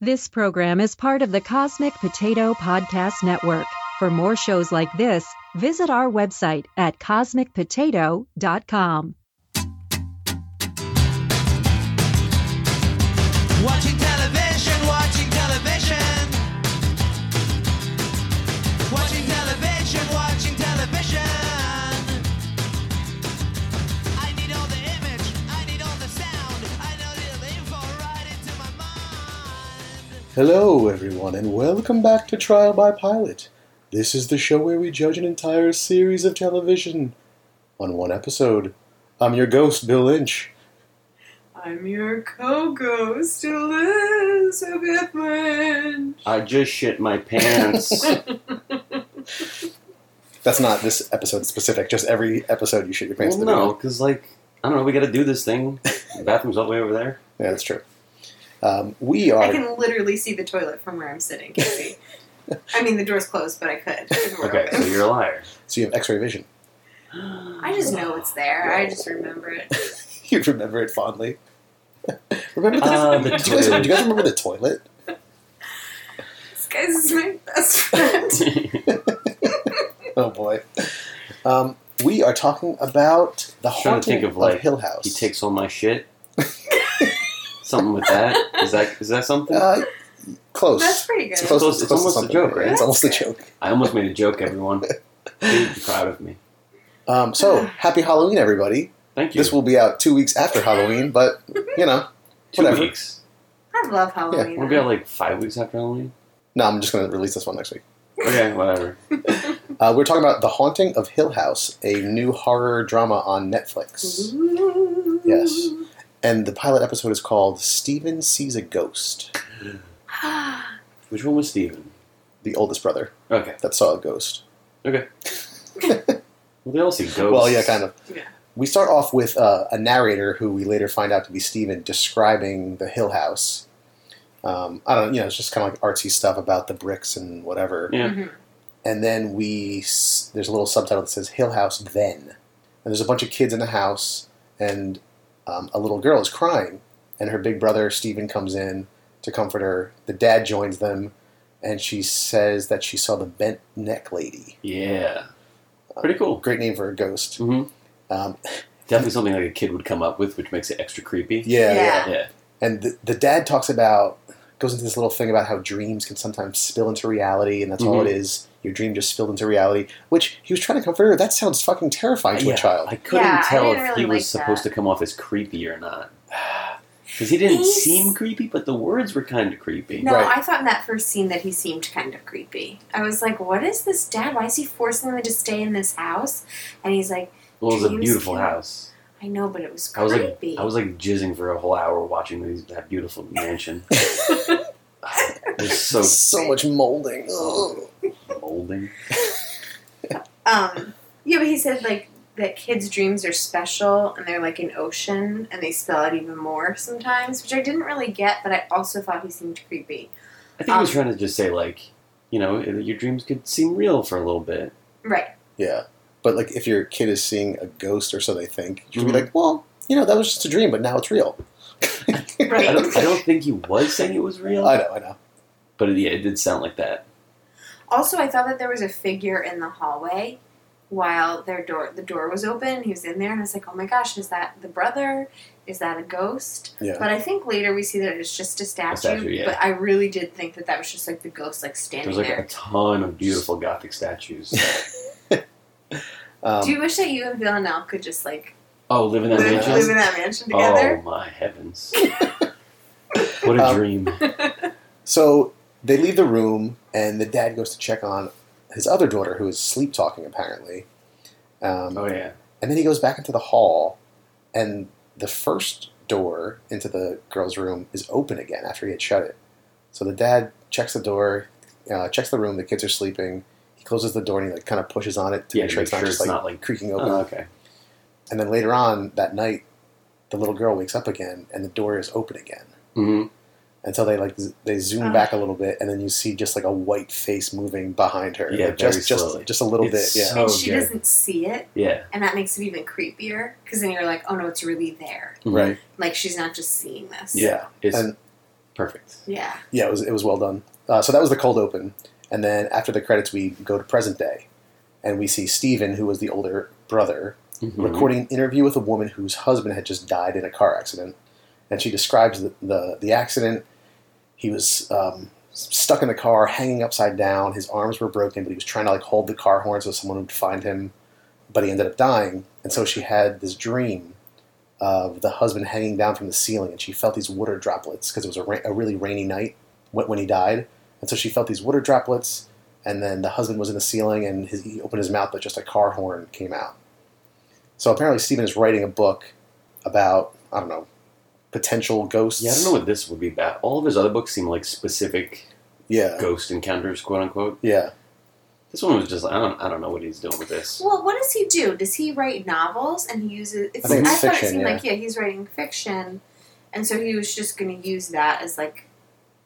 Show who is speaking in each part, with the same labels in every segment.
Speaker 1: This program is part of the Cosmic Potato Podcast Network. For more shows like this, visit our website at cosmicpotato.com.
Speaker 2: Watching television, watching television. Watching television, watching television. I need all the image, I need all the sound. I know little info right into my mind.
Speaker 3: Hello, everyone, and welcome back to Trial by Pilot. This is the show where we judge an entire series of television on one episode. I'm your ghost, Bill Lynch.
Speaker 4: I'm your co-ghost, Elizabeth Lynch.
Speaker 5: I just shit my pants.
Speaker 3: That's not this episode specific, just every episode you shit your pants
Speaker 5: well,
Speaker 3: in the
Speaker 5: no,
Speaker 3: middle.
Speaker 5: because like I don't know, we got to do this thing. The bathroom's all the way over there.
Speaker 3: Yeah, that's true. Um, we
Speaker 4: I
Speaker 3: are.
Speaker 4: can literally see the toilet from where I'm sitting. Casey. I mean, the door's closed, but I could. The door
Speaker 5: Okay, so
Speaker 4: opened.
Speaker 5: you're a liar.
Speaker 3: So you have x ray vision.
Speaker 4: I just know it's there. I just remember it.
Speaker 3: You remember it fondly. remember the.
Speaker 5: Ah, the
Speaker 3: do, you guys, do you
Speaker 5: toilet.
Speaker 3: guys remember the toilet?
Speaker 4: This guy's is my best friend.
Speaker 3: Oh, boy. Um, we are talking about the
Speaker 5: Trying to
Speaker 3: haunting
Speaker 5: think of, like,
Speaker 3: Hill House.
Speaker 5: he takes all my shit. something with that. Is that is that something?
Speaker 3: Uh, close.
Speaker 4: That's pretty good.
Speaker 3: It's close.
Speaker 5: It's
Speaker 3: close to
Speaker 5: almost a
Speaker 3: something.
Speaker 5: joke, right?
Speaker 3: It's almost a
Speaker 4: That's
Speaker 3: joke.
Speaker 5: I almost made a joke. Everyone, You'd be proud of me.
Speaker 3: Um, so happy Halloween, everybody!
Speaker 5: Thank you.
Speaker 3: This will be out two weeks after Halloween, but you know,
Speaker 5: two
Speaker 3: whatever.
Speaker 5: weeks.
Speaker 4: I love Halloween.
Speaker 5: We'll be out like five weeks after Halloween.
Speaker 3: no, I'm just going to release this one next week.
Speaker 5: Okay, whatever.
Speaker 3: Uh, we're talking about The Haunting of Hill House, a new horror drama on Netflix,
Speaker 4: Ooh.
Speaker 3: Yes. and the pilot episode is called "Steven Sees a Ghost."
Speaker 5: Which one was Steven?
Speaker 3: The oldest brother
Speaker 5: Okay,
Speaker 3: that saw a ghost.
Speaker 5: okay. well, they all see ghosts.
Speaker 3: Well, yeah, kind of.
Speaker 4: Yeah.
Speaker 3: We start off with uh, a narrator who we later find out to be Steven describing the Hill House. Um, I don't, you know, it's just kind of like artsy stuff about the bricks and whatever.
Speaker 5: Yeah.
Speaker 4: Mhm.
Speaker 3: and then we s- there's a little subtitle that says Hill House Then, and there's a bunch of kids in the house, and um, a little girl is crying, and her big brother Stephen comes in to comfort her. The dad joins them, and she says that she saw the bent neck lady.
Speaker 5: Yeah. Pretty cool.
Speaker 3: Great name for a ghost.
Speaker 5: hmm
Speaker 3: Um,
Speaker 5: Definitely something like a kid would come up with, which makes it extra creepy.
Speaker 3: yeah, yeah,
Speaker 4: Yeah.
Speaker 5: Yeah.
Speaker 3: And the, the dad talks about goes into this little thing about how dreams can sometimes spill into reality, and that's all it is. Your dream just spilled into reality. Which he was trying to comfort her. That sounds fucking terrifying to
Speaker 5: Yeah,
Speaker 3: a child.
Speaker 5: I couldn't
Speaker 4: Yeah, I
Speaker 5: tell if
Speaker 4: didn't
Speaker 5: he
Speaker 4: really
Speaker 5: was
Speaker 4: like
Speaker 5: supposed
Speaker 4: that.
Speaker 5: to come off as creepy or not. Because he didn't
Speaker 4: He's-
Speaker 5: seem creepy, but the words were kind of creepy.
Speaker 4: No,
Speaker 3: Right.
Speaker 4: I thought in that first scene that he seemed kind of creepy. I was like, "What is this, Dad? Why is he forcing them to stay in this house?" And he's like,
Speaker 5: Well, it was a
Speaker 4: Dreams
Speaker 5: beautiful
Speaker 4: can-
Speaker 5: house.
Speaker 4: "I know, but it was
Speaker 5: I was like,
Speaker 4: creepy."
Speaker 5: I was like jizzing for a whole hour watching these, that beautiful mansion. it was so
Speaker 3: so much molding. Ugh.
Speaker 5: molding.
Speaker 4: Um, yeah, but he said like that kids' dreams are special and they're like an ocean and they spill out even more sometimes, which I didn't really get, but I also thought he seemed creepy.
Speaker 5: I think he was
Speaker 4: Um,
Speaker 5: trying to just say like, you know, your dreams could seem real for a little bit.
Speaker 4: Right.
Speaker 3: Yeah, but like if your kid is seeing a ghost or so, they think you should
Speaker 5: Mhm.
Speaker 4: Mm-hmm.
Speaker 3: be like, well, you know, that was just a dream, but now it's real.
Speaker 5: I
Speaker 4: Right.
Speaker 5: don't, I don't think he was saying it was real,
Speaker 3: I know, I know.
Speaker 5: but yeah, it did sound like that.
Speaker 4: Also, I thought that there was a figure in the hallway while their door the door was open. He was in there, and I was like, "Oh my gosh, is that the brother? Is that a ghost?"
Speaker 3: Yeah.
Speaker 4: But I think later we see that it's just a statue.
Speaker 5: statue, yeah.
Speaker 4: But I really did think that that was just like the ghost, like standing
Speaker 5: There's like
Speaker 4: there.
Speaker 5: a ton of beautiful Gothic statues.
Speaker 3: Um,
Speaker 4: Do you wish that you and Villanelle could just like
Speaker 5: Oh, live in that
Speaker 4: live,
Speaker 3: mansion?
Speaker 4: live in
Speaker 5: mansion.
Speaker 4: that mansion
Speaker 5: Oh
Speaker 4: together?
Speaker 5: my heavens! what a
Speaker 3: Um,
Speaker 5: dream.
Speaker 3: so they leave the room, and the dad goes to check on his other daughter, who is sleep talking apparently. Um,
Speaker 5: Oh yeah.
Speaker 3: And then he goes back into the hall, and the first door into the girl's room is open again after he had shut it. So the dad checks the door, uh, checks the room. The kids are sleeping. He closes the door and he like kind of pushes on it to
Speaker 5: Yeah,
Speaker 3: make sure it's not just like, uh-huh. creaking open.
Speaker 5: Oh, okay.
Speaker 3: And then later on that night, the little girl wakes up again, and the door is open again.
Speaker 5: hmm
Speaker 3: And so they like z- they zoom
Speaker 4: Ah.
Speaker 3: back a little bit, and then you see just like a white face moving behind her.
Speaker 5: Yeah,
Speaker 3: Like, just
Speaker 5: very slowly.
Speaker 3: just just a little
Speaker 5: It's
Speaker 3: bit. Yeah,
Speaker 5: so
Speaker 4: and Oh, she
Speaker 5: good.
Speaker 4: doesn't see it,
Speaker 5: Yeah.
Speaker 4: and that makes it even creepier because then you're like, oh no, it's really there.
Speaker 5: Mhm.
Speaker 3: right.
Speaker 4: Like she's not just seeing this.
Speaker 3: Yeah,
Speaker 5: It's
Speaker 3: and
Speaker 5: Perfect.
Speaker 4: Yeah.
Speaker 3: Yeah, it was it was well done. Uh, so that was the cold open, and then after the credits, we go to present day, and we see Steven, who was the older brother,
Speaker 5: Mm-hmm.
Speaker 3: recording an interview with a woman whose husband had just died in a car accident, and she describes the the, the accident. He was um, stuck in the car, hanging upside down. His arms were broken, but he was trying to like hold the car horn so someone would find him. But he ended up dying, and so she had this dream of the husband hanging down from the ceiling, and she felt these water droplets because it was a, ra- a really rainy night when, when he died, and so she felt these water droplets. And then the husband was in the ceiling, and his, he opened his mouth, but just a car horn came out. So apparently, Stephen is writing a book about I don't know potential ghosts.
Speaker 5: Yeah, I don't know what this would be about. All of his other books seem like specific
Speaker 3: Yeah,
Speaker 5: ghost encounters, quote unquote.
Speaker 3: yeah.
Speaker 5: This one was just like, I don't, I don't know what he's doing with this.
Speaker 4: Well, what does he do? Does he write novels and he uses? It's,
Speaker 3: I think it's
Speaker 4: thought it
Speaker 3: fiction,
Speaker 4: seemed like yeah, he's writing fiction, and so he was just going to use that as like,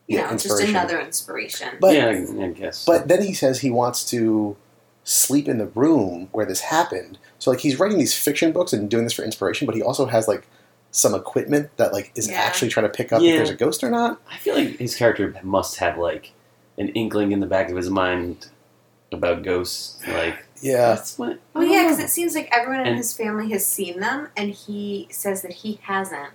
Speaker 4: you
Speaker 3: Yeah,
Speaker 4: know, just
Speaker 3: inspiration.
Speaker 4: another inspiration.
Speaker 3: But-
Speaker 5: yeah, I, I guess.
Speaker 3: But then he says he wants to sleep in the room where this happened. So like he's writing these fiction books and doing this for inspiration, but he also has like some equipment that like is
Speaker 4: Yeah.
Speaker 3: actually trying to pick up
Speaker 5: Yeah.
Speaker 3: if there's a ghost or not.
Speaker 5: I feel like his character must have like an inkling in the back of his mind about ghosts. Like,
Speaker 3: Yeah,
Speaker 5: that's what.
Speaker 4: well,
Speaker 5: I don't
Speaker 4: yeah,
Speaker 5: know.
Speaker 4: because it seems like everyone in
Speaker 5: And-
Speaker 4: his family has seen them, and he says that he hasn't,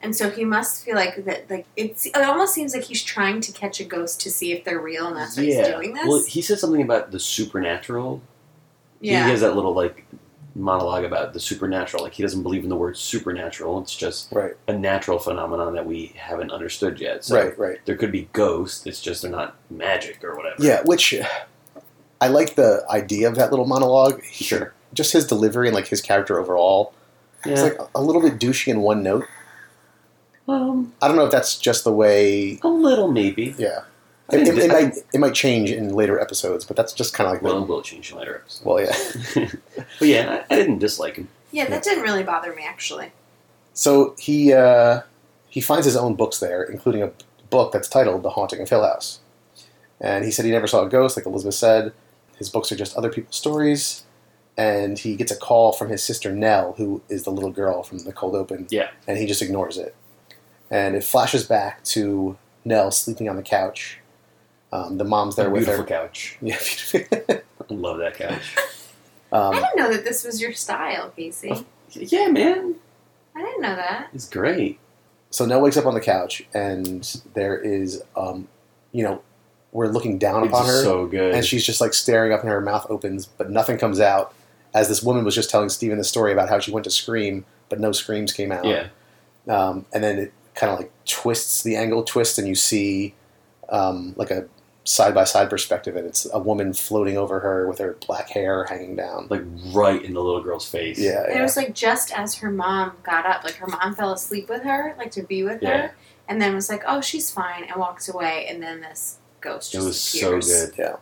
Speaker 4: and so he must feel like that. Like it's, it almost seems like he's trying to catch a ghost to see if they're real, and that's why
Speaker 5: yeah.
Speaker 4: he's doing this.
Speaker 5: Well, he says something about the supernatural. He
Speaker 4: yeah,
Speaker 5: has that little like monologue about the supernatural. Like he doesn't believe in the word supernatural. It's just
Speaker 3: right,
Speaker 5: a natural phenomenon that we haven't understood yet. So
Speaker 3: right, right.
Speaker 5: there could be ghosts. It's just they're not magic or whatever.
Speaker 3: Yeah, which I like the idea of that little monologue. He-
Speaker 5: Sure.
Speaker 3: just his delivery and like his character overall.
Speaker 5: Yeah.
Speaker 3: It's like a little bit douchey in one note.
Speaker 5: um,
Speaker 3: I don't know if that's just the way.
Speaker 5: a little maybe.
Speaker 3: Yeah,
Speaker 5: I
Speaker 3: it,
Speaker 5: think
Speaker 3: it,
Speaker 5: that-
Speaker 3: it might it might change in later episodes, but that's just kind of like
Speaker 5: Well,
Speaker 3: the,
Speaker 5: we'll change in later episodes.
Speaker 3: well, yeah.
Speaker 5: but yeah, I, I didn't dislike him.
Speaker 4: yeah, that didn't really bother me actually.
Speaker 3: So he uh, he finds his own books there, including a book that's titled "The Haunting of Hill House," and he said he never saw a ghost, like Elizabeth said. His books are just other people's stories, and he gets a call from his sister Nell, who is the little girl from the cold open.
Speaker 5: Yeah.
Speaker 3: and he just ignores it, and it flashes back to Nell sleeping on the couch. Um, the mom's there
Speaker 5: A
Speaker 3: with
Speaker 5: beautiful
Speaker 3: her.
Speaker 5: couch.
Speaker 3: Yeah,
Speaker 5: I love that couch.
Speaker 4: I
Speaker 3: um,
Speaker 4: didn't know that this was your style, Casey.
Speaker 5: Of- yeah, man,
Speaker 4: I didn't know that.
Speaker 5: it's great.
Speaker 3: so Nell wakes up on the couch, and there is, um, you know, we're looking down
Speaker 5: It's
Speaker 3: upon her.
Speaker 5: so good.
Speaker 3: and she's just like staring up and her mouth opens but nothing comes out as this woman was just telling steven the story about how she went to scream but no screams came out
Speaker 5: yeah,
Speaker 3: um, and then it kind of like twists the angle twist and you see um, like a side-by-side perspective and it's a woman floating over her with her black hair hanging down
Speaker 5: like right in the little girl's face.
Speaker 3: yeah,
Speaker 4: And it
Speaker 3: Oh, yeah.
Speaker 4: was like just as her mom got up, like her mom fell asleep with her, like to be with
Speaker 5: Yeah.
Speaker 4: her, and then was like, "Oh, she's fine," and walked away. And then this ghost
Speaker 5: it
Speaker 4: just
Speaker 5: was so
Speaker 4: appears.
Speaker 5: good.
Speaker 3: Yeah.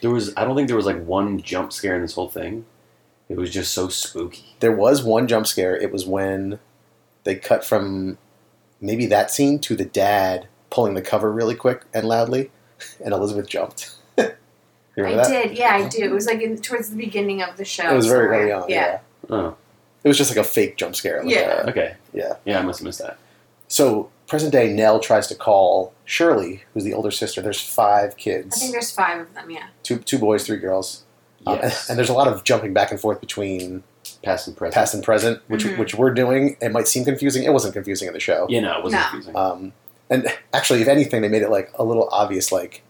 Speaker 5: there was. I don't think there was like one jump scare in this whole thing. It was just so spooky.
Speaker 3: there was one jump scare it was when they cut from maybe that scene to the dad pulling the cover really quick and loudly and elizabeth jumped You remember
Speaker 4: I
Speaker 3: that?
Speaker 4: did, yeah, I do. It was like in, towards the beginning of the show.
Speaker 3: It was very early
Speaker 4: somewhere.
Speaker 3: on. Yeah.
Speaker 4: Yeah,
Speaker 5: Oh,
Speaker 3: It was just like a fake jump scare. like,
Speaker 4: Yeah.
Speaker 3: uh,
Speaker 5: okay.
Speaker 3: Yeah.
Speaker 5: yeah. I must have missed that.
Speaker 3: so present day Nell tries to call Shirley, who's the older sister. There's five
Speaker 4: I think
Speaker 3: kids,
Speaker 4: there's five of them. Yeah,
Speaker 3: two two boys, three girls, Um, and,
Speaker 5: Yes,
Speaker 3: and there's a lot of jumping back and forth between
Speaker 5: past and present.
Speaker 3: past and present, which
Speaker 4: Mhm.
Speaker 3: which we're doing. It might seem confusing. It wasn't confusing in the show.
Speaker 5: Yeah, no, it wasn't
Speaker 4: No.
Speaker 5: confusing.
Speaker 3: Um, and actually, if anything, they made it like a little obvious, like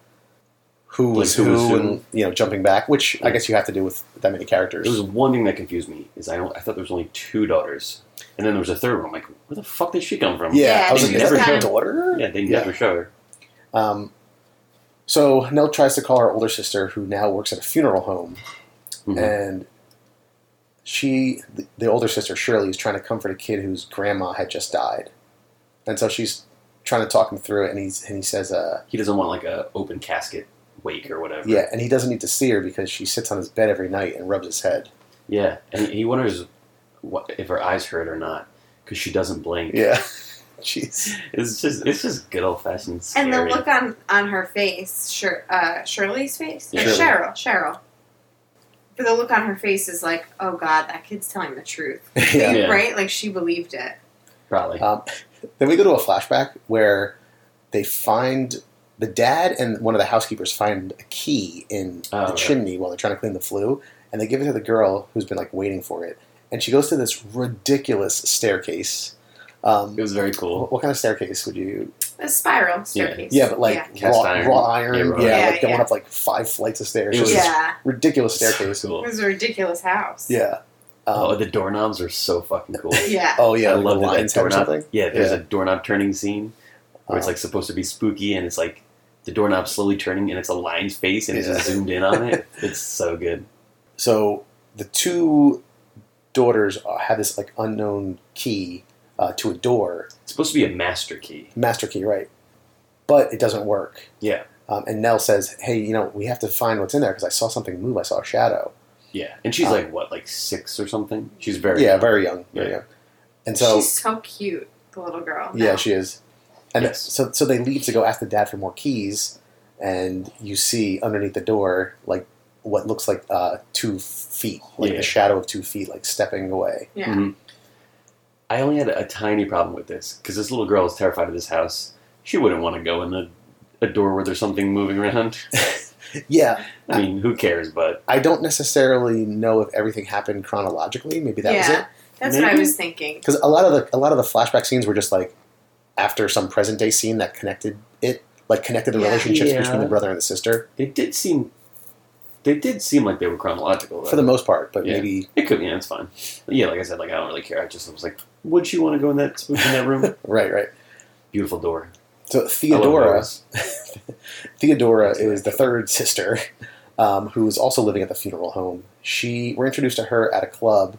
Speaker 3: who
Speaker 5: Like
Speaker 3: was
Speaker 5: who was
Speaker 3: who,
Speaker 5: who.
Speaker 3: and you know, jumping back, which I guess you have to do with that many characters.
Speaker 5: There was one thing that confused me is I, I thought there was only two daughters, and then there was a third one. I'm like, where the fuck did she come from?
Speaker 3: yeah,
Speaker 4: Yeah,
Speaker 3: I was
Speaker 5: they
Speaker 3: like,
Speaker 5: just
Speaker 3: is that
Speaker 5: kinda-
Speaker 3: her daughter?
Speaker 5: yeah, they
Speaker 3: Yeah.
Speaker 5: never show her.
Speaker 3: Um, so Nell tries to call her older sister, who now works at a funeral home, Mm-hmm.
Speaker 5: Mhm.
Speaker 3: and she, the, the older sister Shirley, is trying to comfort a kid whose grandma had just died, and so she's trying to talk him through it, and he's and he says, uh,
Speaker 5: He doesn't want like a open casket wake or whatever.
Speaker 3: "Yeah," and he doesn't need to see her because she sits on his bed every night and rubs his head.
Speaker 5: Yeah, and he wonders what, if her eyes hurt or not because she doesn't blink.
Speaker 3: Yeah, jeez,
Speaker 5: It's just it's just good old fashioned
Speaker 4: and
Speaker 5: scary.
Speaker 4: the look on on her face, Shir- uh, Shirley's face,
Speaker 5: Yeah,
Speaker 4: Or Cheryl, Cheryl. But the look on her face is like, "Oh God, that kid's telling the truth,"
Speaker 3: yeah.
Speaker 5: Yeah.
Speaker 4: right? Like she believed it.
Speaker 5: probably.
Speaker 3: Um, then we go to a flashback where they find the dad and one of the housekeepers find a key in
Speaker 5: Oh,
Speaker 3: the
Speaker 5: right.
Speaker 3: chimney while they're trying to clean the flue, and they give it to the girl who's been like waiting for it, and she goes to this ridiculous staircase. Um,
Speaker 5: It was very cool.
Speaker 3: what what kind of staircase would you?
Speaker 4: A spiral staircase.
Speaker 3: Yeah, but like
Speaker 4: yeah,
Speaker 3: raw,
Speaker 5: Cast iron.
Speaker 3: raw iron.
Speaker 5: Yeah,
Speaker 3: Yeah,
Speaker 5: raw
Speaker 4: iron.
Speaker 3: like going
Speaker 4: Yeah,
Speaker 3: up like five flights of stairs.
Speaker 5: It
Speaker 3: just
Speaker 5: was-
Speaker 3: this
Speaker 4: Yeah.
Speaker 3: ridiculous staircase.
Speaker 5: So
Speaker 4: it
Speaker 5: cool.
Speaker 4: was a ridiculous house.
Speaker 3: Yeah. Um,
Speaker 5: Oh, the doorknobs are so fucking cool.
Speaker 4: yeah.
Speaker 3: oh yeah,
Speaker 5: I
Speaker 3: like
Speaker 5: love
Speaker 3: the
Speaker 5: that,
Speaker 3: lion's
Speaker 5: that
Speaker 3: head or
Speaker 5: doorknob.
Speaker 3: something.
Speaker 5: Yeah, there's
Speaker 3: Yeah.
Speaker 5: a doorknob turning scene where it's like supposed to be spooky, and it's like the doorknob slowly turning, and it's a lion's face, and it's just
Speaker 3: Yeah.
Speaker 5: zoomed in on it. It's so good.
Speaker 3: So the two daughters uh, have this like unknown key uh, to a door,
Speaker 5: It's supposed to be a master key.
Speaker 3: master key, right? But it doesn't work.
Speaker 5: Yeah,
Speaker 3: Um, and Nell says, "Hey, you know, we have to find what's in there because I saw something move. I saw a shadow."
Speaker 5: yeah. And she's
Speaker 3: Um,
Speaker 5: like what, like six or something? She's very
Speaker 3: yeah, very young, very
Speaker 5: Yeah.
Speaker 3: young. And so
Speaker 4: she's so cute, the little girl.
Speaker 3: yeah, she is. And
Speaker 5: Yes.
Speaker 3: so so they leave to go ask the dad for more keys, and you see underneath the door like what looks like uh, two feet, like
Speaker 5: Yeah.
Speaker 3: the shadow of two feet, like stepping away.
Speaker 4: yeah.
Speaker 5: Mhm. I only had a tiny problem with this because this little girl is terrified of this house. She wouldn't want to go in a, a door where there's something moving around.
Speaker 3: Yeah,
Speaker 5: I mean, who cares? But
Speaker 3: I don't necessarily know if everything happened chronologically. Maybe that was
Speaker 4: Yeah.
Speaker 3: it.
Speaker 4: That's what I
Speaker 5: Maybe.
Speaker 4: was thinking.
Speaker 3: Because a lot of the a lot of the flashback scenes were just like after some present day scene that connected it, like connected the
Speaker 4: Yeah.
Speaker 3: relationships
Speaker 5: Yeah.
Speaker 3: between the brother and the sister
Speaker 5: they did seem they did seem like they were chronological.
Speaker 3: for the
Speaker 5: though.
Speaker 3: most part. But
Speaker 5: Yeah.
Speaker 3: maybe
Speaker 5: It could, yeah, it's fine. But yeah, like I said, like I don't really care. I just was like, would you want to go in that in that room?
Speaker 3: right, right.
Speaker 5: Beautiful door.
Speaker 3: So
Speaker 5: I love
Speaker 3: Theodora,
Speaker 5: doors.
Speaker 3: Theodora is the third sister, um, who is also living at the funeral home. She we're introduced to her at a club,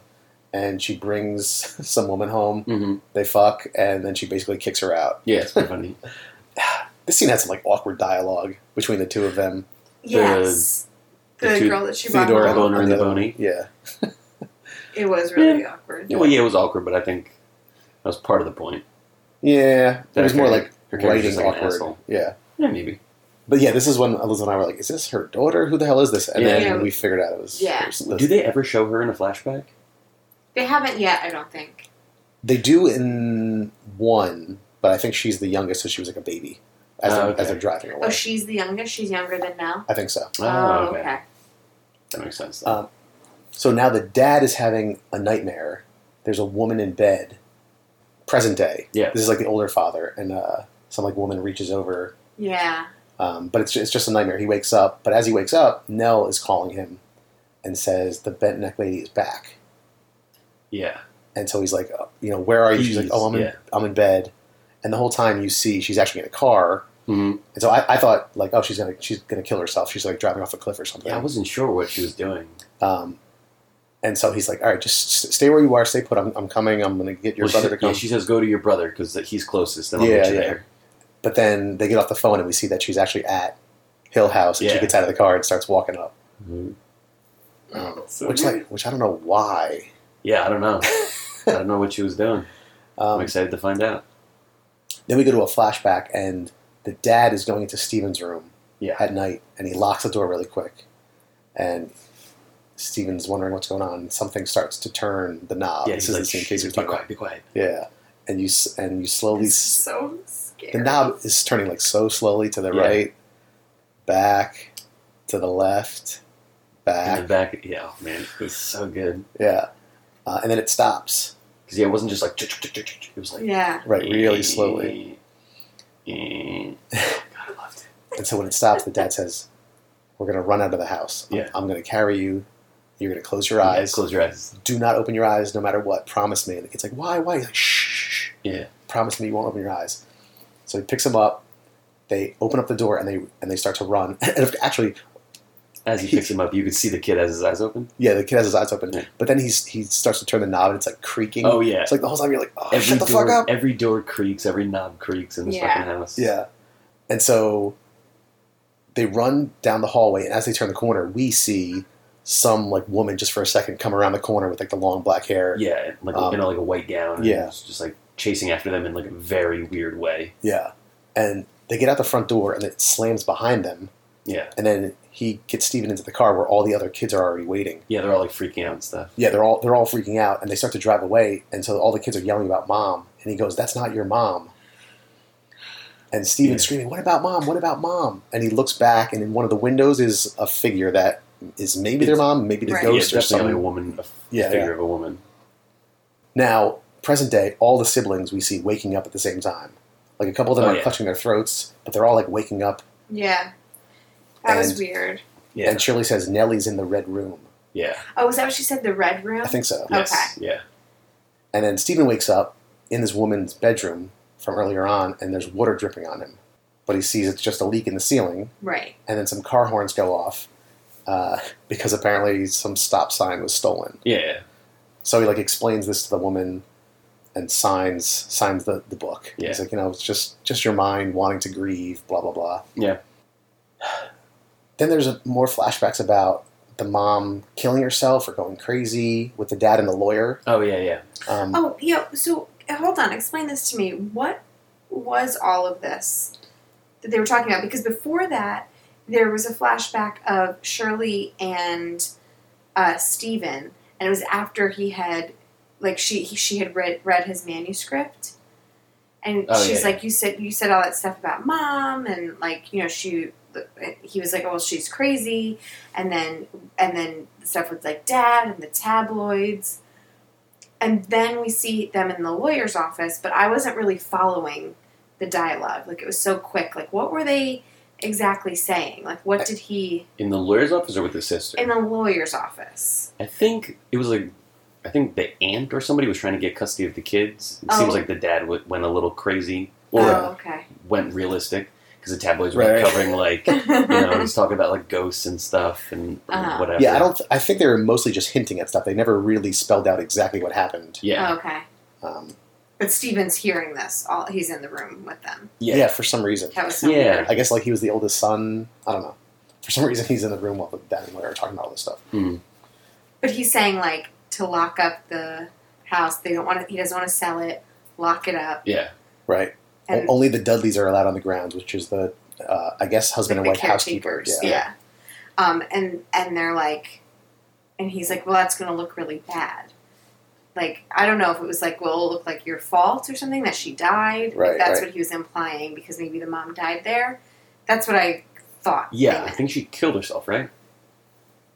Speaker 3: and she brings some woman home.
Speaker 5: Mhm.
Speaker 3: They fuck, and then she basically kicks her out.
Speaker 5: Yeah, it's pretty funny.
Speaker 3: This scene had some like awkward dialogue between the two of them.
Speaker 4: Yes. The,
Speaker 5: the two-
Speaker 4: girl that she brought
Speaker 3: Theodora
Speaker 4: home.
Speaker 5: Boner and the
Speaker 3: other
Speaker 5: Boney.
Speaker 3: one. Yeah,
Speaker 4: It was really awkward.
Speaker 5: Yeah, Well, yeah, it was awkward, but I think that was part of the point.
Speaker 3: yeah. It
Speaker 5: That
Speaker 3: was more
Speaker 5: her-
Speaker 3: like
Speaker 5: her character's
Speaker 3: writing
Speaker 5: just like an
Speaker 3: awkward.
Speaker 5: asshole.
Speaker 3: Yeah,
Speaker 5: Yeah, maybe.
Speaker 3: but yeah, this is when Eliza and I were like, "Is this her daughter? Who the hell is this?" And
Speaker 5: Yeah.
Speaker 3: then we figured out it was.
Speaker 4: Yeah.
Speaker 3: it was- it was-
Speaker 5: Do they ever show her in a flashback?
Speaker 4: They haven't yet, I don't think.
Speaker 3: they do in one, but I think she's the youngest, so she was like a baby as,
Speaker 5: Oh,
Speaker 3: they're,
Speaker 5: okay.
Speaker 3: as they're driving away.
Speaker 4: Oh, she's the youngest. She's younger than now.
Speaker 3: I think so.
Speaker 4: Oh, okay.
Speaker 5: That makes sense.
Speaker 3: Uh, So now the dad is having a nightmare. There's a woman in bed, present day.
Speaker 5: Yeah.
Speaker 3: This is like the older father, and uh, some like woman reaches over
Speaker 4: Yeah.
Speaker 3: Um, but it's just, it's just a nightmare. He wakes up, but as he wakes up, Nell is calling him and says, "The bent neck lady is back."
Speaker 5: yeah.
Speaker 3: And so he's like, uh, "You know, where are you?" She's like, "Oh, I'm in,
Speaker 5: Yeah.
Speaker 3: I'm in bed." And the whole time you see she's actually in a car.
Speaker 5: hmm
Speaker 3: And so I, I thought like, "Oh, she's gonna she's gonna kill herself. She's like driving off a cliff or something."
Speaker 5: Yeah, I wasn't sure what she was doing.
Speaker 3: um, and so he's like, "All right, just st- stay where you are. Stay put. I'm, I'm coming. I'm gonna get your
Speaker 5: Well,
Speaker 3: brother
Speaker 5: she,
Speaker 3: to come."
Speaker 5: Yeah, she says go to your brother because he's closest. And I'll
Speaker 3: Yeah,
Speaker 5: meet you
Speaker 3: yeah.
Speaker 5: there.
Speaker 3: but then they get off the phone and we see that she's actually at Hill House. And she
Speaker 5: Yeah.
Speaker 3: gets out of the car and starts walking up.
Speaker 5: Mhm. Oh,
Speaker 3: Um,
Speaker 4: So
Speaker 3: which like, which I don't know why.
Speaker 5: Yeah, I don't know. I don't know what she was doing. I'm
Speaker 3: Um,
Speaker 5: excited to find out.
Speaker 3: Then we go to a flashback, and the dad is going into Steven's room
Speaker 5: Yeah.
Speaker 3: at night, and he locks the door really quick. And Steven's wondering what's going on. and Something starts to turn the knob.
Speaker 5: yeah,
Speaker 3: uh, this
Speaker 5: he's
Speaker 3: is
Speaker 5: like,
Speaker 3: the same
Speaker 5: "Shh,
Speaker 3: case we were
Speaker 5: be
Speaker 3: talking
Speaker 5: quiet,
Speaker 3: about.
Speaker 5: be quiet.
Speaker 3: Yeah, and you s- and you slowly
Speaker 4: It's
Speaker 3: s-
Speaker 4: so scary.
Speaker 3: the knob is turning like so slowly to the
Speaker 5: Yeah.
Speaker 3: right, back, to the left,
Speaker 5: In the
Speaker 3: back.
Speaker 5: back, yeah, oh, man, it was so good.
Speaker 3: Yeah, uh, and then it stops.
Speaker 5: Because yeah, it wasn't just like "Ch- ch- ch- ch- ch-" it was like
Speaker 4: Yeah.
Speaker 3: Right, really slowly.
Speaker 5: Eh. God, I loved it.
Speaker 3: And so when it stops, the dad says, "We're gonna run out of the house. I'm-
Speaker 5: Yeah.
Speaker 3: I'm gonna carry you. You're gonna close your
Speaker 5: Yeah,
Speaker 3: eyes.
Speaker 5: close your eyes.
Speaker 3: do not open your eyes no matter what. Promise me. And the kid's like, why? Why? He's like, shh. shh, shh.
Speaker 5: Yeah.
Speaker 3: Promise me you won't open your eyes. So he picks him up. They open up the door and they and they start to run. And actually,
Speaker 5: As he picks him up, you could see the kid has his eyes open.
Speaker 3: yeah, the kid has his eyes open.
Speaker 5: Yeah.
Speaker 3: But then he's he starts to turn the knob and it's like creaking.
Speaker 5: Oh yeah.
Speaker 3: It's like the whole time you're like, oh, shut the
Speaker 5: door,
Speaker 3: fuck up.
Speaker 5: every door creaks, every knob creaks in this
Speaker 4: Yeah.
Speaker 5: fucking house.
Speaker 3: yeah. And so they run down the hallway, and as they turn the corner, we see some like woman just for a second come around the corner with like the long black hair.
Speaker 5: Yeah, like
Speaker 3: Um,
Speaker 5: in a, like a white gown. And
Speaker 3: yeah.
Speaker 5: it's just like chasing after them in like a very weird way.
Speaker 3: yeah. And they get out the front door and it slams behind them.
Speaker 5: Yeah,
Speaker 3: and then he gets Steven into the car where all the other kids are already waiting.
Speaker 5: yeah, they're all like freaking out and stuff.
Speaker 3: Yeah, they're all they're all freaking out and they start to drive away and so all the kids are yelling about mom and he goes, That's not your mom. And Steven's
Speaker 5: Yeah.
Speaker 3: screaming, What about mom? What about mom? And he looks back, and in one of the windows is a figure that is maybe their mom, maybe the
Speaker 4: Right.
Speaker 5: yeah,
Speaker 3: ghost or
Speaker 5: definitely a
Speaker 3: something.
Speaker 5: woman, a f-
Speaker 3: Yeah,
Speaker 5: figure
Speaker 3: yeah.
Speaker 5: of a woman.
Speaker 3: Now, present day, all the siblings we see waking up at the same time. Like a couple of them
Speaker 5: Oh,
Speaker 3: are
Speaker 5: yeah.
Speaker 3: clutching their throats, but they're all like waking up.
Speaker 4: Yeah. That was
Speaker 3: And-
Speaker 4: weird.
Speaker 5: Yeah,
Speaker 3: And Shirley says, Nellie's in the red room.
Speaker 5: yeah,
Speaker 4: Oh, was that what she said? The red room?
Speaker 3: I think so.
Speaker 5: yes,
Speaker 4: Okay.
Speaker 5: yeah.
Speaker 3: And then Stephen wakes up in this woman's bedroom from earlier on, and there's water dripping on him. But he sees it's just a leak in the ceiling,
Speaker 4: Right.
Speaker 3: and then some car horns go off uh, because apparently some stop sign was stolen.
Speaker 5: Yeah,
Speaker 3: So he like explains this to the woman and signs signs the, the book.
Speaker 5: Yeah.
Speaker 3: He's like, you know, it's just just your mind wanting to grieve, blah blah blah.
Speaker 5: Yeah.
Speaker 3: Then there's a, more flashbacks about the mom killing herself or going crazy with the dad and the lawyer.
Speaker 5: oh yeah, yeah.
Speaker 3: Um,
Speaker 4: Oh, yeah. So hold on. Explain this to me. What was all of this that they were talking about? Because before that, there was a flashback of Shirley and uh, Stephen, and it was after he had, like, she he, she had read read his manuscript, and
Speaker 5: Oh,
Speaker 4: she's
Speaker 5: yeah,
Speaker 4: like, "You said you said all that stuff about mom, and like, you know, she." He was like, "Oh, well, she's crazy," and then and then stuff with like dad and the tabloids. And then we see them in the lawyer's office, but I wasn't really following the dialogue. Like it was so quick. Like what were they exactly saying? Like what did he
Speaker 5: In the lawyer's office or with his sister?
Speaker 4: in the lawyer's office?
Speaker 5: I think it was like, I think the aunt or somebody was trying to get custody of the kids. It
Speaker 4: Oh.
Speaker 5: seems like the dad w- went a little crazy or
Speaker 4: oh, okay.
Speaker 5: went realistic because the tabloids were
Speaker 3: Right.
Speaker 5: covering like, you know, he's talking about like ghosts and stuff and
Speaker 4: Uh-huh.
Speaker 5: whatever.
Speaker 3: yeah, I don't. I think they were mostly just hinting at stuff. They never really spelled out exactly what happened.
Speaker 5: Yeah,
Speaker 4: okay.
Speaker 3: Um,
Speaker 4: But Steven's hearing this. All he's in the room with them.
Speaker 5: yeah,
Speaker 3: yeah, for some reason.
Speaker 4: That was so
Speaker 5: Yeah.
Speaker 4: weird.
Speaker 3: I guess like he was the oldest son. I don't know. For some reason, he's in the room while the dad and lawyer are talking about all this stuff.
Speaker 4: But he's saying like to lock up the house. They don't want to. He doesn't want to sell it. Lock it up.
Speaker 5: yeah.
Speaker 3: Right. O-
Speaker 4: And
Speaker 3: only the Dudleys are allowed on the grounds, which is the, uh, I guess, husband and
Speaker 4: the
Speaker 3: wife housekeepers.
Speaker 4: caretakers, Yeah. Um, and and they're like, and he's like, well, that's going to look really bad. Like I don't know if it was like, well, it'll look like your fault or something that she died. If
Speaker 3: Right,
Speaker 4: that's
Speaker 3: right.
Speaker 4: what he was implying because maybe the mom died there. That's what I thought. they
Speaker 5: Yeah, I
Speaker 4: meant.
Speaker 5: think she killed herself, right?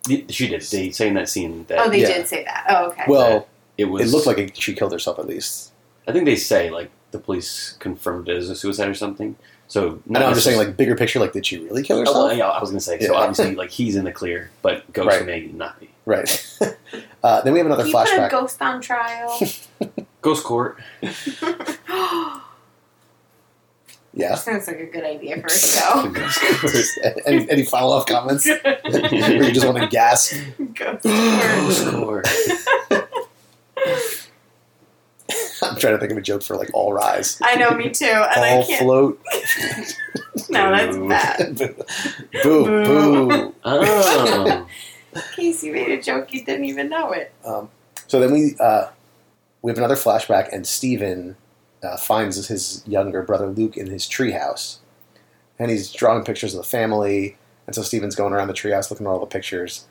Speaker 5: Y- She did. They say in that scene that
Speaker 4: Oh, they
Speaker 3: Yeah.
Speaker 4: did say that. Oh, okay.
Speaker 3: Well,
Speaker 5: it was.
Speaker 3: it looked like it- she killed herself at least.
Speaker 5: I think they say like the police confirmed it as a suicide or something. So
Speaker 3: I know. I'm just saying,
Speaker 5: necessarily-
Speaker 3: like, bigger picture, like, did she really kill
Speaker 5: Oh,
Speaker 3: herself?
Speaker 5: well, yeah, I was gonna say. So
Speaker 3: Yeah.
Speaker 5: obviously, like he's in the clear, but Ghost
Speaker 3: Right.
Speaker 5: may not be.
Speaker 3: Right. uh, then we have another
Speaker 4: Can you put a
Speaker 3: flashback.
Speaker 4: ghost on trial.
Speaker 5: Ghost Court.
Speaker 3: yeah.
Speaker 4: Sounds like a good idea for a
Speaker 5: The
Speaker 4: show.
Speaker 5: Ghost Court.
Speaker 3: any, any follow up comments? or you just want to gasp?
Speaker 4: Ghost
Speaker 5: Ghost
Speaker 4: court.
Speaker 5: Court.
Speaker 3: I'm trying to think of a joke for, like, all rise.
Speaker 4: I know, me too. And
Speaker 3: all
Speaker 4: I can't.
Speaker 3: float.
Speaker 4: No, that's
Speaker 5: Boo.
Speaker 4: bad.
Speaker 3: boo, boo.
Speaker 5: Oh,
Speaker 4: Casey made a joke you didn't even know it.
Speaker 3: Um, so then we uh, we have another flashback, and Stephen uh, finds his younger brother Luke in his treehouse, and he's drawing pictures of the family. And so Stephen's going around the treehouse looking at all the pictures,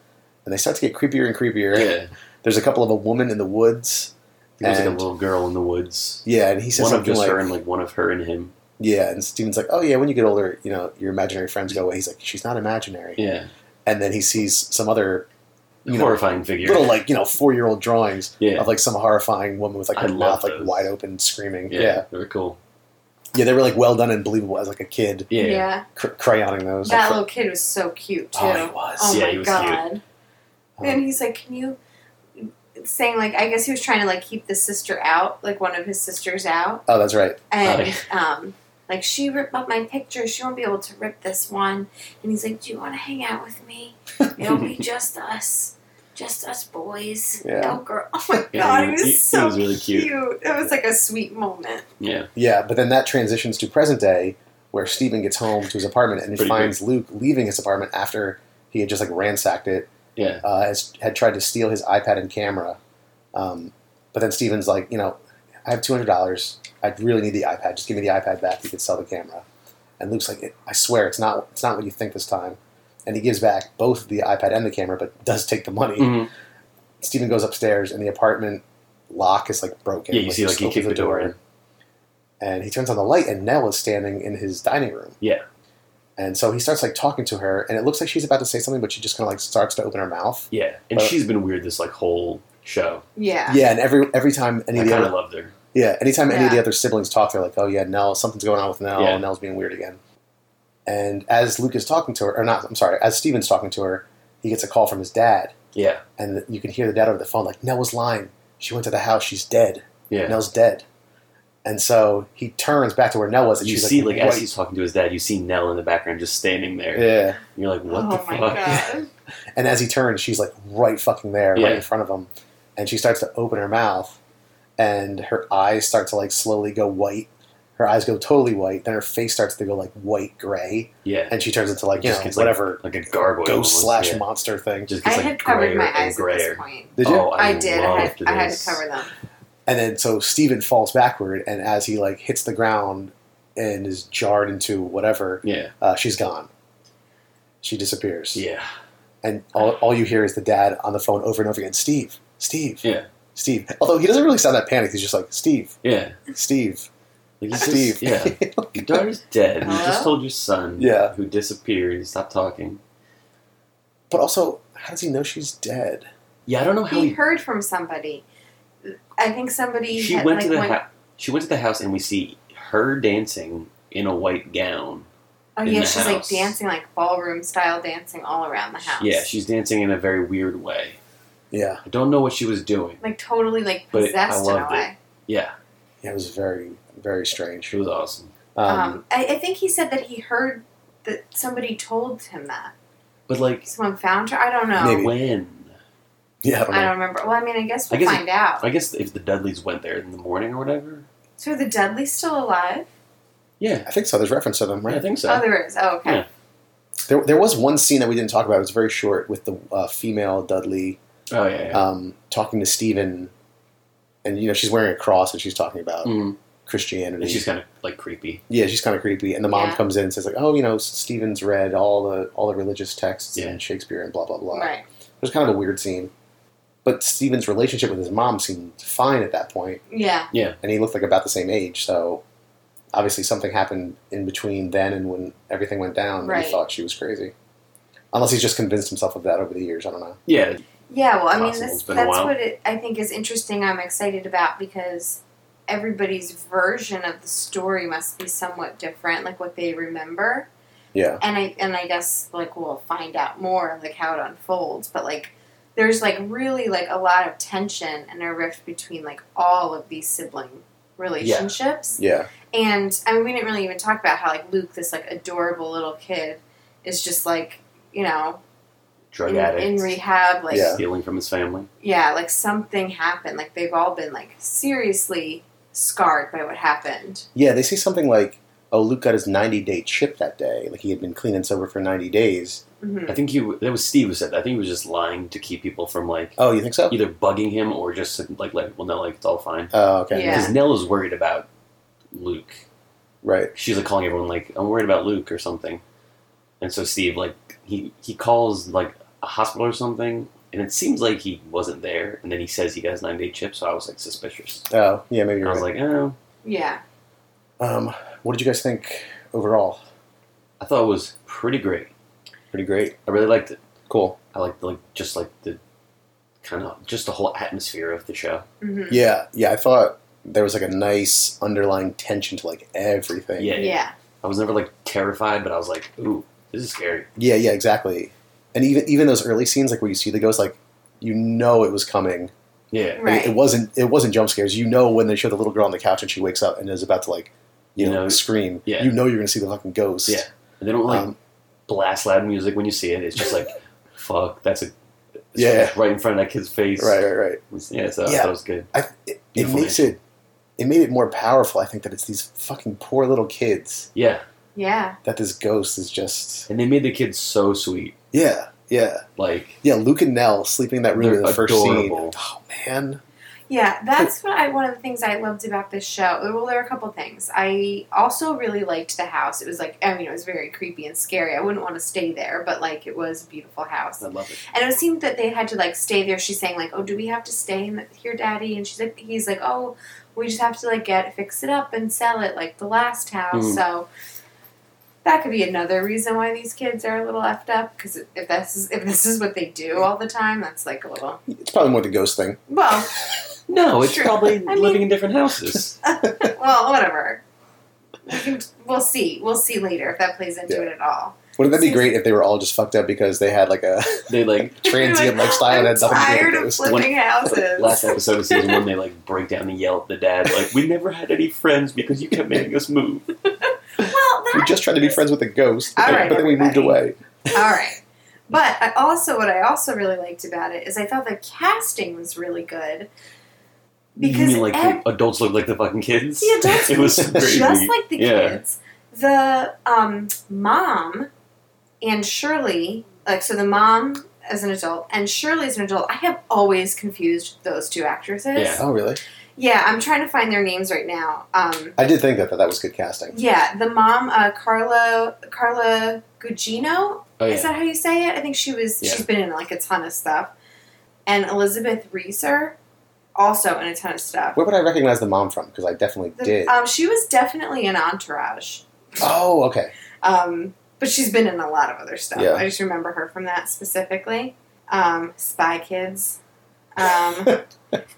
Speaker 3: and they start to get creepier and creepier.
Speaker 5: yeah.
Speaker 3: There's a couple of a woman in the woods.
Speaker 5: There was like a
Speaker 3: And-
Speaker 5: little girl in the woods.
Speaker 3: Yeah, and he says
Speaker 5: One of
Speaker 3: something
Speaker 5: just
Speaker 3: like,
Speaker 5: her and like one of her and him.
Speaker 3: "Yeah," and Stephen's like, "Oh yeah, when you get older, you know your imaginary friends go away." He's like, "She's not imaginary,"
Speaker 5: Yeah,
Speaker 3: and then he sees some other You know,
Speaker 5: horrifying figure.
Speaker 3: little like you know four year old drawings
Speaker 5: yeah,
Speaker 3: of like some horrifying woman with like
Speaker 5: I
Speaker 3: her
Speaker 5: love
Speaker 3: mouth like
Speaker 5: those.
Speaker 3: wide open screaming.
Speaker 5: yeah,
Speaker 3: yeah.
Speaker 5: they were cool.
Speaker 3: Yeah, they were like well done and believable as like a kid
Speaker 5: Yeah,
Speaker 3: cr- crayoning those.
Speaker 4: That little kid was so cute, too.
Speaker 5: Oh, he was.
Speaker 4: Oh
Speaker 5: yeah,
Speaker 4: my
Speaker 5: he was Oh.
Speaker 4: god.
Speaker 3: Um,
Speaker 4: And he's like, Can you saying like I guess he was trying to like keep the sister out, like one of his sisters out.
Speaker 3: oh, that's right.
Speaker 4: And um like she ripped up my picture, she won't be able to rip this one. And he's like, Do you wanna hang out with me? It'll be just us. Just us boys.
Speaker 3: Yeah.
Speaker 4: No girl. Oh my god,
Speaker 5: Yeah,
Speaker 4: he
Speaker 5: he-
Speaker 4: was
Speaker 5: he- he
Speaker 4: so
Speaker 5: was really cute.
Speaker 4: cute. It was like a sweet moment.
Speaker 5: cute. Yeah,
Speaker 3: Yeah, but then that transitions to present day where Stephen gets home to his apartment and he
Speaker 5: Pretty
Speaker 3: finds Luke leaving his apartment after he had just like ransacked it,
Speaker 5: yeah.
Speaker 3: uh, has, had tried to steal his iPad and camera. Um, but then Stephen's like, you know, I have two hundred dollars. I really need the iPad. Just give me the iPad back. You could sell the camera. And Luke's like, I swear, it's not. It's not what you think this time. And he gives back both the iPad and the camera, but does take the money.
Speaker 5: Mhm.
Speaker 3: Stephen goes upstairs, and the apartment lock is like broken.
Speaker 5: Yeah, you see,
Speaker 3: he
Speaker 5: like he
Speaker 3: opens
Speaker 5: kicked the door in.
Speaker 3: and he turns on the light, and Nell is standing in his dining room.
Speaker 5: Yeah.
Speaker 3: And so he starts like talking to her, and it looks like she's about to say something, but she just kind of like starts to open her mouth.
Speaker 5: Yeah, and
Speaker 3: But-
Speaker 5: she's been weird this like whole show.
Speaker 4: Yeah.
Speaker 3: Yeah, and every every time any
Speaker 5: I
Speaker 3: of the
Speaker 5: kind of
Speaker 3: other
Speaker 5: loved her.
Speaker 3: yeah anytime any of the
Speaker 4: Yeah.
Speaker 3: other siblings talk, they're like, oh yeah, Nell, something's going on with Nell.
Speaker 5: Yeah.
Speaker 3: Nell's being weird again. And as Luke is talking to her, or not, I'm sorry, as Steven's talking to her, he gets a call from his dad,
Speaker 5: Yeah,
Speaker 3: and you can hear the dad over the phone like, Nell was lying. She went to the house. She's dead.
Speaker 5: yeah.
Speaker 3: Nell's dead. And so he turns back to where Nell was, and
Speaker 5: you
Speaker 3: she's
Speaker 5: see,
Speaker 3: like,
Speaker 5: like, as
Speaker 3: "What?"
Speaker 5: he's talking to his dad, you see Nell in the background just standing there. And
Speaker 3: yeah.
Speaker 5: you're like, what
Speaker 4: oh
Speaker 5: the
Speaker 4: my
Speaker 5: fuck?
Speaker 4: god.
Speaker 3: And as he turns, she's like right fucking there,
Speaker 5: Yeah.
Speaker 3: right in front of him. And she starts to open her mouth, and her eyes start to like slowly go white. Her eyes go totally white. Then her face starts to go like white gray,
Speaker 5: Yeah,
Speaker 3: and she turns into like you
Speaker 5: Just
Speaker 3: know
Speaker 5: gets, like,
Speaker 3: whatever
Speaker 5: like a gargoyle.
Speaker 3: ghost
Speaker 5: almost,
Speaker 3: slash
Speaker 5: yeah.
Speaker 3: monster thing.
Speaker 5: Just
Speaker 4: I
Speaker 5: gets, like,
Speaker 4: had covered
Speaker 5: grayer
Speaker 4: my
Speaker 5: and
Speaker 4: eyes at
Speaker 5: grayer.
Speaker 4: this point.
Speaker 3: Did you?
Speaker 5: Oh, I,
Speaker 4: I, did. I had,
Speaker 5: loved
Speaker 4: I had to
Speaker 5: this.
Speaker 4: cover them.
Speaker 3: and then so Steven falls backward, and as he like hits the ground and is jarred into whatever,
Speaker 5: Yeah,
Speaker 3: uh, she's gone. She disappears.
Speaker 5: yeah.
Speaker 3: and all, all you hear is the dad on the phone over and over again steve steve
Speaker 5: Yeah.
Speaker 3: steve although he doesn't really sound that panicked he's just like steve
Speaker 5: Yeah,
Speaker 3: steve
Speaker 5: Like, he's
Speaker 3: steve
Speaker 5: Just, yeah, your daughter's dead. You
Speaker 4: Hello?
Speaker 5: just told your son,
Speaker 3: Yeah.
Speaker 5: who disappeared. He stopped talking.
Speaker 3: but also how does he know she's dead
Speaker 5: Yeah, I don't know how
Speaker 4: He
Speaker 5: he.
Speaker 4: heard from somebody. I think somebody.
Speaker 5: She
Speaker 4: had,
Speaker 5: went
Speaker 4: like,
Speaker 5: to the
Speaker 4: went,
Speaker 5: house. She went to the house, and we see her dancing in a white gown.
Speaker 4: Oh
Speaker 5: in
Speaker 4: yeah,
Speaker 5: the
Speaker 4: she's like
Speaker 5: house.
Speaker 4: dancing, like ballroom style dancing all around the house.
Speaker 5: Yeah, she's dancing in a very weird way.
Speaker 3: yeah
Speaker 5: I don't know what she was doing.
Speaker 4: like totally like
Speaker 5: But it- I
Speaker 4: possessed in a
Speaker 5: loved it.
Speaker 4: way.
Speaker 5: Yeah,
Speaker 3: yeah it was very very strange
Speaker 5: she was awesome.
Speaker 3: um,
Speaker 4: Um, I, I think he said that he heard that somebody told him that
Speaker 5: But like,
Speaker 4: someone found her. I don't know.
Speaker 3: Maybe.
Speaker 5: when?
Speaker 3: yeah I don't
Speaker 4: I
Speaker 3: know.
Speaker 4: don't remember. Well, I mean, I guess
Speaker 5: I
Speaker 4: we'll
Speaker 5: guess it-
Speaker 4: find out.
Speaker 5: I guess if the Dudleys went there in the morning or whatever.
Speaker 4: so are the Dudleys still alive?
Speaker 5: Yeah,
Speaker 3: I think so there's reference to them
Speaker 5: I
Speaker 3: right
Speaker 5: think so.
Speaker 4: Oh, there is. Oh, okay.
Speaker 5: Yeah.
Speaker 3: there, there was one scene that we didn't talk about it was very short with the uh, female dudley
Speaker 5: Oh yeah. yeah.
Speaker 3: um, talking to Stephen, and you know she's wearing a cross and she's talking about
Speaker 5: Mhm.
Speaker 3: christianity
Speaker 5: And she's kind of like creepy.
Speaker 3: Yeah, she's kind of creepy. And the mom
Speaker 4: Yeah.
Speaker 3: comes in and says like, "Oh, you know, Stephen's read all the all the religious texts
Speaker 5: Yeah.
Speaker 3: and Shakespeare and blah blah blah."
Speaker 4: Right.
Speaker 3: It was kind of a weird scene. But Stephen's relationship with his mom seemed fine at that point,
Speaker 4: Yeah.
Speaker 3: and he looked like about the same age. So obviously something happened in between then and when everything went down. that
Speaker 4: Right.
Speaker 3: He thought she was crazy, unless he's just convinced himself of that over the years. I don't know.
Speaker 5: Yeah,
Speaker 4: Yeah, well, I mean,
Speaker 5: Possible.
Speaker 4: this,
Speaker 5: It's been a
Speaker 4: that's
Speaker 5: while.
Speaker 4: what it, I think is interesting. I'm excited about because everybody's version of the story must be somewhat different, like what they remember.
Speaker 3: Yeah,
Speaker 4: And I and I guess like we'll find out more, like how it unfolds. But like, there's like really like a lot of tension and a rift between like all of these sibling relationships.
Speaker 3: yeah,
Speaker 4: And I mean, we didn't really even talk about how like Luke, this like adorable little kid, is just like you know
Speaker 5: drug
Speaker 4: in,
Speaker 5: addict,
Speaker 4: in rehab, like
Speaker 3: Yeah.
Speaker 5: stealing from his family.
Speaker 4: yeah, like something happened. Like they've all been like seriously scarred by what happened.
Speaker 3: yeah. They say something like, "Oh, Luke got his ninety day chip that day. Like he had been clean and sober for ninety days."
Speaker 4: hmm
Speaker 5: I think he that was Steve who said that. I think he was just lying to keep people from like
Speaker 3: Oh, you think so?
Speaker 5: either bugging him or just like let well no like it's all fine
Speaker 3: Oh, okay.
Speaker 4: Yeah.
Speaker 5: because Nell is worried about Luke.
Speaker 3: Right.
Speaker 5: She's like calling everyone like I'm worried about Luke or something, and so Steve like he he calls like a hospital or something, and it seems like he wasn't there, and then he says he got his nine day chip, so I was like suspicious.
Speaker 3: Oh, yeah. Maybe
Speaker 5: And
Speaker 3: you're
Speaker 5: I
Speaker 3: right.
Speaker 5: was like oh
Speaker 4: Yeah,
Speaker 3: Um, what did you guys think overall?
Speaker 5: I thought it was pretty great.
Speaker 3: Pretty great.
Speaker 5: I really liked it.
Speaker 3: Cool.
Speaker 5: I like like just like the kind of just the whole atmosphere of the show.
Speaker 4: hmm
Speaker 3: Yeah, yeah. I thought there was like a nice underlying tension to like everything.
Speaker 5: Yeah.
Speaker 4: yeah,
Speaker 5: I was never like terrified, but I was like, ooh, this is scary.
Speaker 3: yeah, yeah. Exactly. And even even those early scenes, like where you see the ghost, like you know it was coming.
Speaker 5: Yeah,
Speaker 3: Like, it
Speaker 4: right.
Speaker 3: wasn't. It wasn't jump scares. You know when they show the little girl on the couch and she wakes up and is about to like, you,
Speaker 5: You
Speaker 3: know,
Speaker 5: know-
Speaker 3: scream.
Speaker 5: yeah.
Speaker 3: You know you're gonna see the fucking ghost.
Speaker 5: yeah. And they don't like
Speaker 3: Um,
Speaker 5: blast loud music when you see it. It's just like, fuck, that's a it's
Speaker 3: Yeah.
Speaker 5: right in front of that kid's face.
Speaker 3: Right. Right. Right.
Speaker 5: Yeah, so
Speaker 3: Yeah.
Speaker 5: that was good.
Speaker 3: I, it, it
Speaker 5: Beautiful
Speaker 3: makes it. It made it more powerful. I think that it's these fucking poor little kids
Speaker 5: Yeah,
Speaker 4: yeah,
Speaker 3: that this ghost is just.
Speaker 5: and they made the kids so sweet.
Speaker 3: Yeah. Yeah.
Speaker 5: Like,
Speaker 3: Yeah, Luke and Nell sleeping in that room
Speaker 5: They're
Speaker 3: in the first scene.
Speaker 5: adorable.
Speaker 3: Oh man,
Speaker 4: yeah. That's what I one of the things I loved about this show. Well, there are a couple things. I also really liked the house. It was like I mean, it was very creepy and scary. I wouldn't want to stay there, but like it was a beautiful house.
Speaker 5: I love it.
Speaker 4: And it seemed that they had to like stay there. She's saying like, "Oh, do we have to stay in the, here, Daddy?" And she's like, "He's like, oh, we just have to like get fix it up and sell it like the last house.
Speaker 5: Mhm.
Speaker 4: So that could be another reason why these kids are a little effed up. Because if this is if this is what they do all the time, that's like a little
Speaker 3: It's probably more the ghost thing.
Speaker 4: well,
Speaker 5: No, it's
Speaker 4: Sure.
Speaker 5: probably
Speaker 4: I mean-
Speaker 5: living in different houses.
Speaker 4: well, whatever. We can, we'll see. We'll see later if that plays into
Speaker 3: Yeah.
Speaker 4: it at all.
Speaker 3: Wouldn't that be great if they were all just fucked up because they had like a
Speaker 5: They like
Speaker 3: transient
Speaker 4: Like,
Speaker 3: lifestyle
Speaker 4: I'm
Speaker 3: and had nothing to do
Speaker 4: tired
Speaker 3: with the
Speaker 4: of
Speaker 3: ghost?
Speaker 4: flipping houses.
Speaker 5: last episode of season one, they like break down and yell at the dad, like, "We never had any friends because you kept making us move."
Speaker 4: well, that
Speaker 3: We just tried to be friends with the ghost,
Speaker 4: All
Speaker 3: but
Speaker 4: right,
Speaker 3: then we moved
Speaker 4: everybody.
Speaker 3: away.
Speaker 4: All right. But I also, what I also really liked about it is I thought the casting was really good
Speaker 5: you
Speaker 4: because
Speaker 5: mean like
Speaker 4: ev-
Speaker 5: the adults look like the fucking kids?
Speaker 4: The adults
Speaker 5: it was crazy.
Speaker 4: just like the
Speaker 5: yeah.
Speaker 4: kids, the um, mom and Shirley, like so, the mom as an adult and Shirley as an adult. I have always confused those two actresses.
Speaker 5: Yeah.
Speaker 3: Oh, really?
Speaker 4: Yeah, I'm trying to find their names right now. Um,
Speaker 3: I did think that that, that was good casting.
Speaker 4: yeah, the mom, uh, Carlo, Carla Gugino,
Speaker 5: Oh
Speaker 4: Is
Speaker 5: yeah.
Speaker 4: that how you say it? I think she was.
Speaker 5: Yeah.
Speaker 4: She's been in like a ton of stuff. And Elizabeth Reeser, also in a ton of stuff.
Speaker 3: Where would I recognize the mom from? Because I definitely
Speaker 4: The-
Speaker 3: did.
Speaker 4: Um, she was definitely an entourage,
Speaker 3: oh, okay.
Speaker 4: um, but she's been in a lot of other stuff.
Speaker 3: Yeah.
Speaker 4: I just remember her from that specifically. Um, Spy Kids, um,
Speaker 5: Of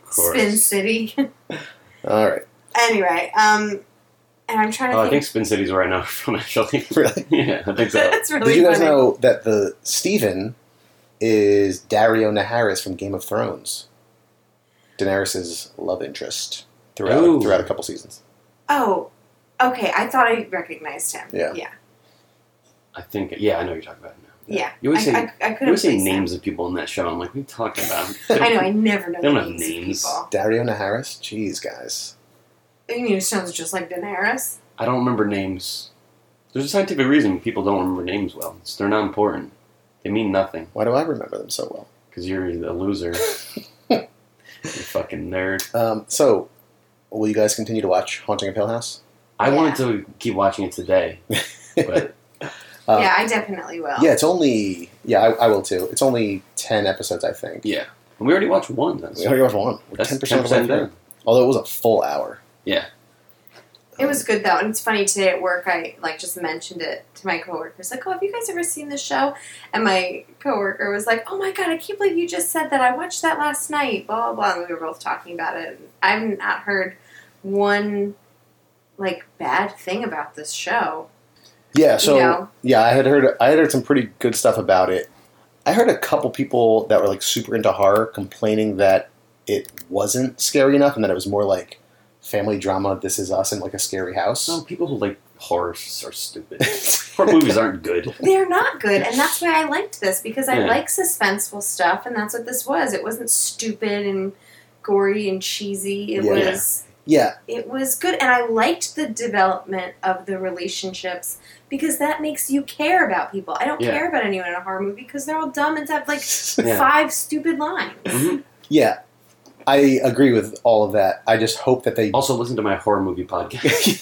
Speaker 5: course.
Speaker 4: Spin City.
Speaker 3: All right.
Speaker 4: anyway, um, and I'm trying to
Speaker 5: Oh, I think
Speaker 4: think.
Speaker 5: Spin City's where I know from actually.
Speaker 3: Really?
Speaker 5: yeah, I think so.
Speaker 4: That's really
Speaker 3: Did you guys
Speaker 4: funny.
Speaker 3: know that the Steven is Dario Naharis from Game of Thrones? Daenerys' love interest throughout
Speaker 5: Ooh.
Speaker 3: throughout a couple seasons.
Speaker 4: Oh, okay. I thought I recognized him.
Speaker 3: Yeah.
Speaker 4: yeah,
Speaker 5: I think. Yeah, I know what you're talking about now.
Speaker 4: yeah.
Speaker 5: You always
Speaker 4: I,
Speaker 5: say
Speaker 4: I, I couldn't
Speaker 5: you always say
Speaker 4: place him.
Speaker 5: names of people in that show. I'm like, what are you talking about?
Speaker 4: I know. I never know.
Speaker 5: They don't
Speaker 4: the
Speaker 5: have
Speaker 4: names of
Speaker 5: names.
Speaker 4: people.
Speaker 3: Dario Naharis? Jeez, guys.
Speaker 4: I mean, it sounds just like Daenerys.
Speaker 5: I don't remember names. There's a scientific reason people don't remember names well. It's, they're not important. They mean nothing
Speaker 3: Why do I remember them so well?
Speaker 5: because you're a loser. you fucking nerd.
Speaker 3: Um, so, will you guys continue to watch Haunting of Hill House?
Speaker 5: I
Speaker 4: Yeah.
Speaker 5: wanted to keep watching it today, but
Speaker 3: Uh,
Speaker 4: yeah, I definitely will.
Speaker 3: Yeah, it's only. Yeah, I, I will too. It's only 10 episodes, I think.
Speaker 5: yeah, And we already watched one. That's
Speaker 3: We already watched one. We're
Speaker 5: that's
Speaker 3: 10% of the way through.
Speaker 5: done.
Speaker 3: Although it was a full hour.
Speaker 5: Yeah,
Speaker 4: It was good though, and it's funny today at work. I like just mentioned it to my coworkers, like, "Oh, have you guys ever seen this show?" And my coworker was like, "Oh my god, I can't believe you just said that. I watched that last night." Blah blah. blah. And we were both talking about it. I've not heard one like bad thing about this show.
Speaker 3: Yeah, so
Speaker 4: know?
Speaker 3: yeah, I had heard I had heard some pretty good stuff about it. I heard a couple people that were like super into horror complaining that it wasn't scary enough and that it was more like family drama this is us in like a scary house.
Speaker 5: no, people who like horror s- are stupid. horror movies aren't good.
Speaker 4: They're not good, and that's why I liked this because I
Speaker 5: Yeah.
Speaker 4: like suspenseful stuff, and that's what this was. It wasn't stupid and gory and cheesy. It
Speaker 3: Yeah.
Speaker 4: was.
Speaker 3: yeah,
Speaker 4: it was good and i liked the development of the relationships because that makes you care about people i don't
Speaker 5: Yeah.
Speaker 4: care about anyone in a horror movie because they're all dumb and have like
Speaker 5: Yeah.
Speaker 4: five stupid lines
Speaker 5: Mhm.
Speaker 3: yeah. I agree with all of that. I just hope that they
Speaker 5: Also, listen to my horror movie podcast.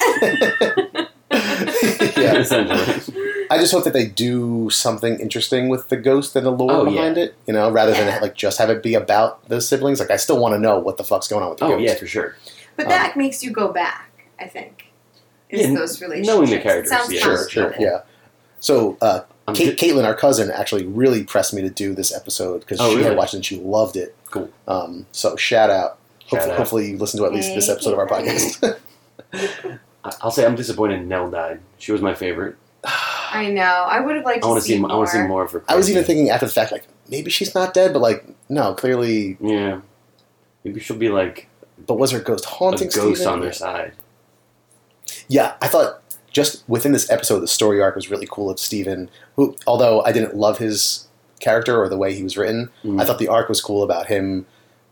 Speaker 3: yeah.
Speaker 5: essentially.
Speaker 3: I just hope that they do something interesting with the ghost and the lore
Speaker 5: Oh, yeah.
Speaker 3: behind it, you know, rather
Speaker 4: Yeah.
Speaker 3: than like just have it be about the siblings. Like I still want to know what the fuck's going on with the
Speaker 5: Oh
Speaker 3: ghost.
Speaker 5: yeah, for sure.
Speaker 4: but that makes you go back i think is
Speaker 5: Um, Yeah,
Speaker 4: those relationships
Speaker 5: knowing the
Speaker 4: It
Speaker 5: characters,
Speaker 4: sounds
Speaker 5: yeah,
Speaker 3: sure, sure,
Speaker 4: complicated.
Speaker 3: yeah. So uh,
Speaker 5: I'm
Speaker 3: Kate,
Speaker 5: ju-
Speaker 3: Caitlin, our cousin, actually really pressed me to do this episode because
Speaker 5: Oh,
Speaker 3: she
Speaker 5: really?
Speaker 3: had watched it and she loved it.
Speaker 5: Cool.
Speaker 3: Um, so shout out.
Speaker 5: Shout
Speaker 3: hopefully,
Speaker 5: out.
Speaker 3: hopefully you listen to at least this
Speaker 4: Hey,
Speaker 3: episode of our podcast.
Speaker 5: I- I'll say I'm disappointed Nell died. She was my favorite.
Speaker 4: i know i would have liked
Speaker 5: I
Speaker 4: to
Speaker 5: want to see.
Speaker 4: more
Speaker 5: I want to see more of her.
Speaker 3: I was even
Speaker 5: crazy.
Speaker 3: thinking after the fact, like maybe she's not dead, but like no, clearly.
Speaker 5: Yeah, maybe she'll be like
Speaker 3: But was her ghost
Speaker 5: a
Speaker 3: haunting?
Speaker 5: ghost
Speaker 3: Steven?
Speaker 5: on their side.
Speaker 3: Yeah, I thought just within this episode, the story arc was really cool of Steven, who, although I didn't love his character or the way he was written,
Speaker 5: Mm.
Speaker 3: I thought the arc was cool about him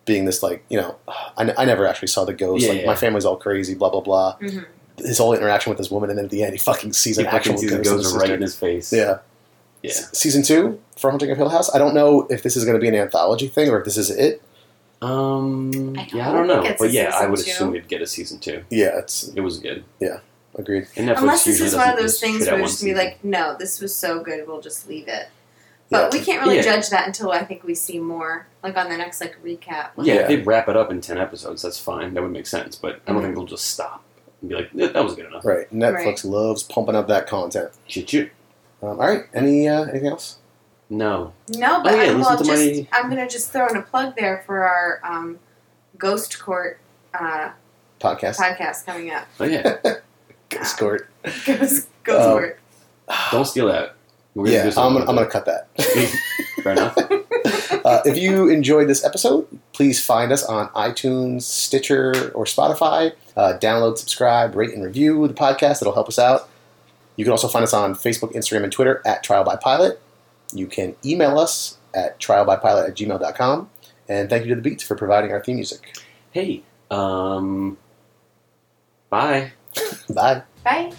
Speaker 3: being this, like, you know, I, I never actually saw the ghost.
Speaker 5: Yeah,
Speaker 3: like,
Speaker 5: yeah.
Speaker 3: my family's all crazy, blah, blah, blah.
Speaker 4: Mhm.
Speaker 3: His whole interaction with this woman, and then at the end, he fucking sees
Speaker 5: He
Speaker 3: an actual
Speaker 5: fucking sees a
Speaker 3: ghost. in his
Speaker 5: ghost right
Speaker 3: sister.
Speaker 5: in his face.
Speaker 3: yeah.
Speaker 5: yeah.
Speaker 3: S- Season two for Haunting of Hill House. I don't know if this is going to be an anthology thing or if this is it.
Speaker 5: Um.
Speaker 4: I
Speaker 5: yeah, I
Speaker 4: hope
Speaker 5: don't
Speaker 4: it
Speaker 5: know,
Speaker 4: gets a
Speaker 5: but yeah, I
Speaker 4: season
Speaker 5: would
Speaker 4: two.
Speaker 5: assume it'd get a season two.
Speaker 3: Yeah, it's
Speaker 5: It was good.
Speaker 3: agreed.
Speaker 5: And Netflix
Speaker 4: unless this
Speaker 5: usually
Speaker 4: is one of
Speaker 5: doesn't
Speaker 4: those
Speaker 5: just
Speaker 4: things
Speaker 5: shit
Speaker 4: where
Speaker 5: out
Speaker 4: we're
Speaker 5: one
Speaker 4: just gonna be
Speaker 5: season.
Speaker 4: like no this was so good we'll just leave it But we can't really
Speaker 5: Yeah.
Speaker 4: judge that until I think we see more, like on the next like recap. Like,
Speaker 5: Yeah,
Speaker 3: Yeah.
Speaker 5: if they wrap it up in ten episodes, that's fine. That would make sense. But
Speaker 4: Mm-hmm.
Speaker 5: I don't think they'll just stop and be like, "Eh, "That was good enough."
Speaker 3: Right. Netflix
Speaker 4: Right.
Speaker 3: loves pumping up that content.
Speaker 5: Shoot, shoot.
Speaker 3: Um, all right. Any uh, anything else?
Speaker 5: No,
Speaker 4: No, but
Speaker 5: Oh, yeah,
Speaker 4: I,
Speaker 5: listen
Speaker 4: well,
Speaker 5: to
Speaker 4: just
Speaker 5: my-
Speaker 4: I'm gonna just throw in a plug there for our um, Ghost Court uh,
Speaker 3: Podcast.
Speaker 4: podcast coming up.
Speaker 5: but yeah,
Speaker 3: Ghost Court.
Speaker 4: Ghost, Ghost
Speaker 3: Oh.
Speaker 4: Court.
Speaker 5: don't steal that. We're gonna
Speaker 3: yeah,
Speaker 5: do
Speaker 3: I'm
Speaker 5: something
Speaker 3: gonna, I'm gonna
Speaker 5: with
Speaker 3: cut that.
Speaker 5: it. Fair enough.
Speaker 3: Uh, if you enjoyed this episode, please find us on iTunes, Stitcher, or Spotify. Uh, download, subscribe, rate, and review the podcast. It'll help us out. You can also find us on Facebook, Instagram, and Twitter at Trial by Pilot. You can email us at trialbypilot at gmail.com. And thank you to The Beats for providing our theme music.
Speaker 5: Hey, um, bye.
Speaker 3: Bye.
Speaker 4: Bye.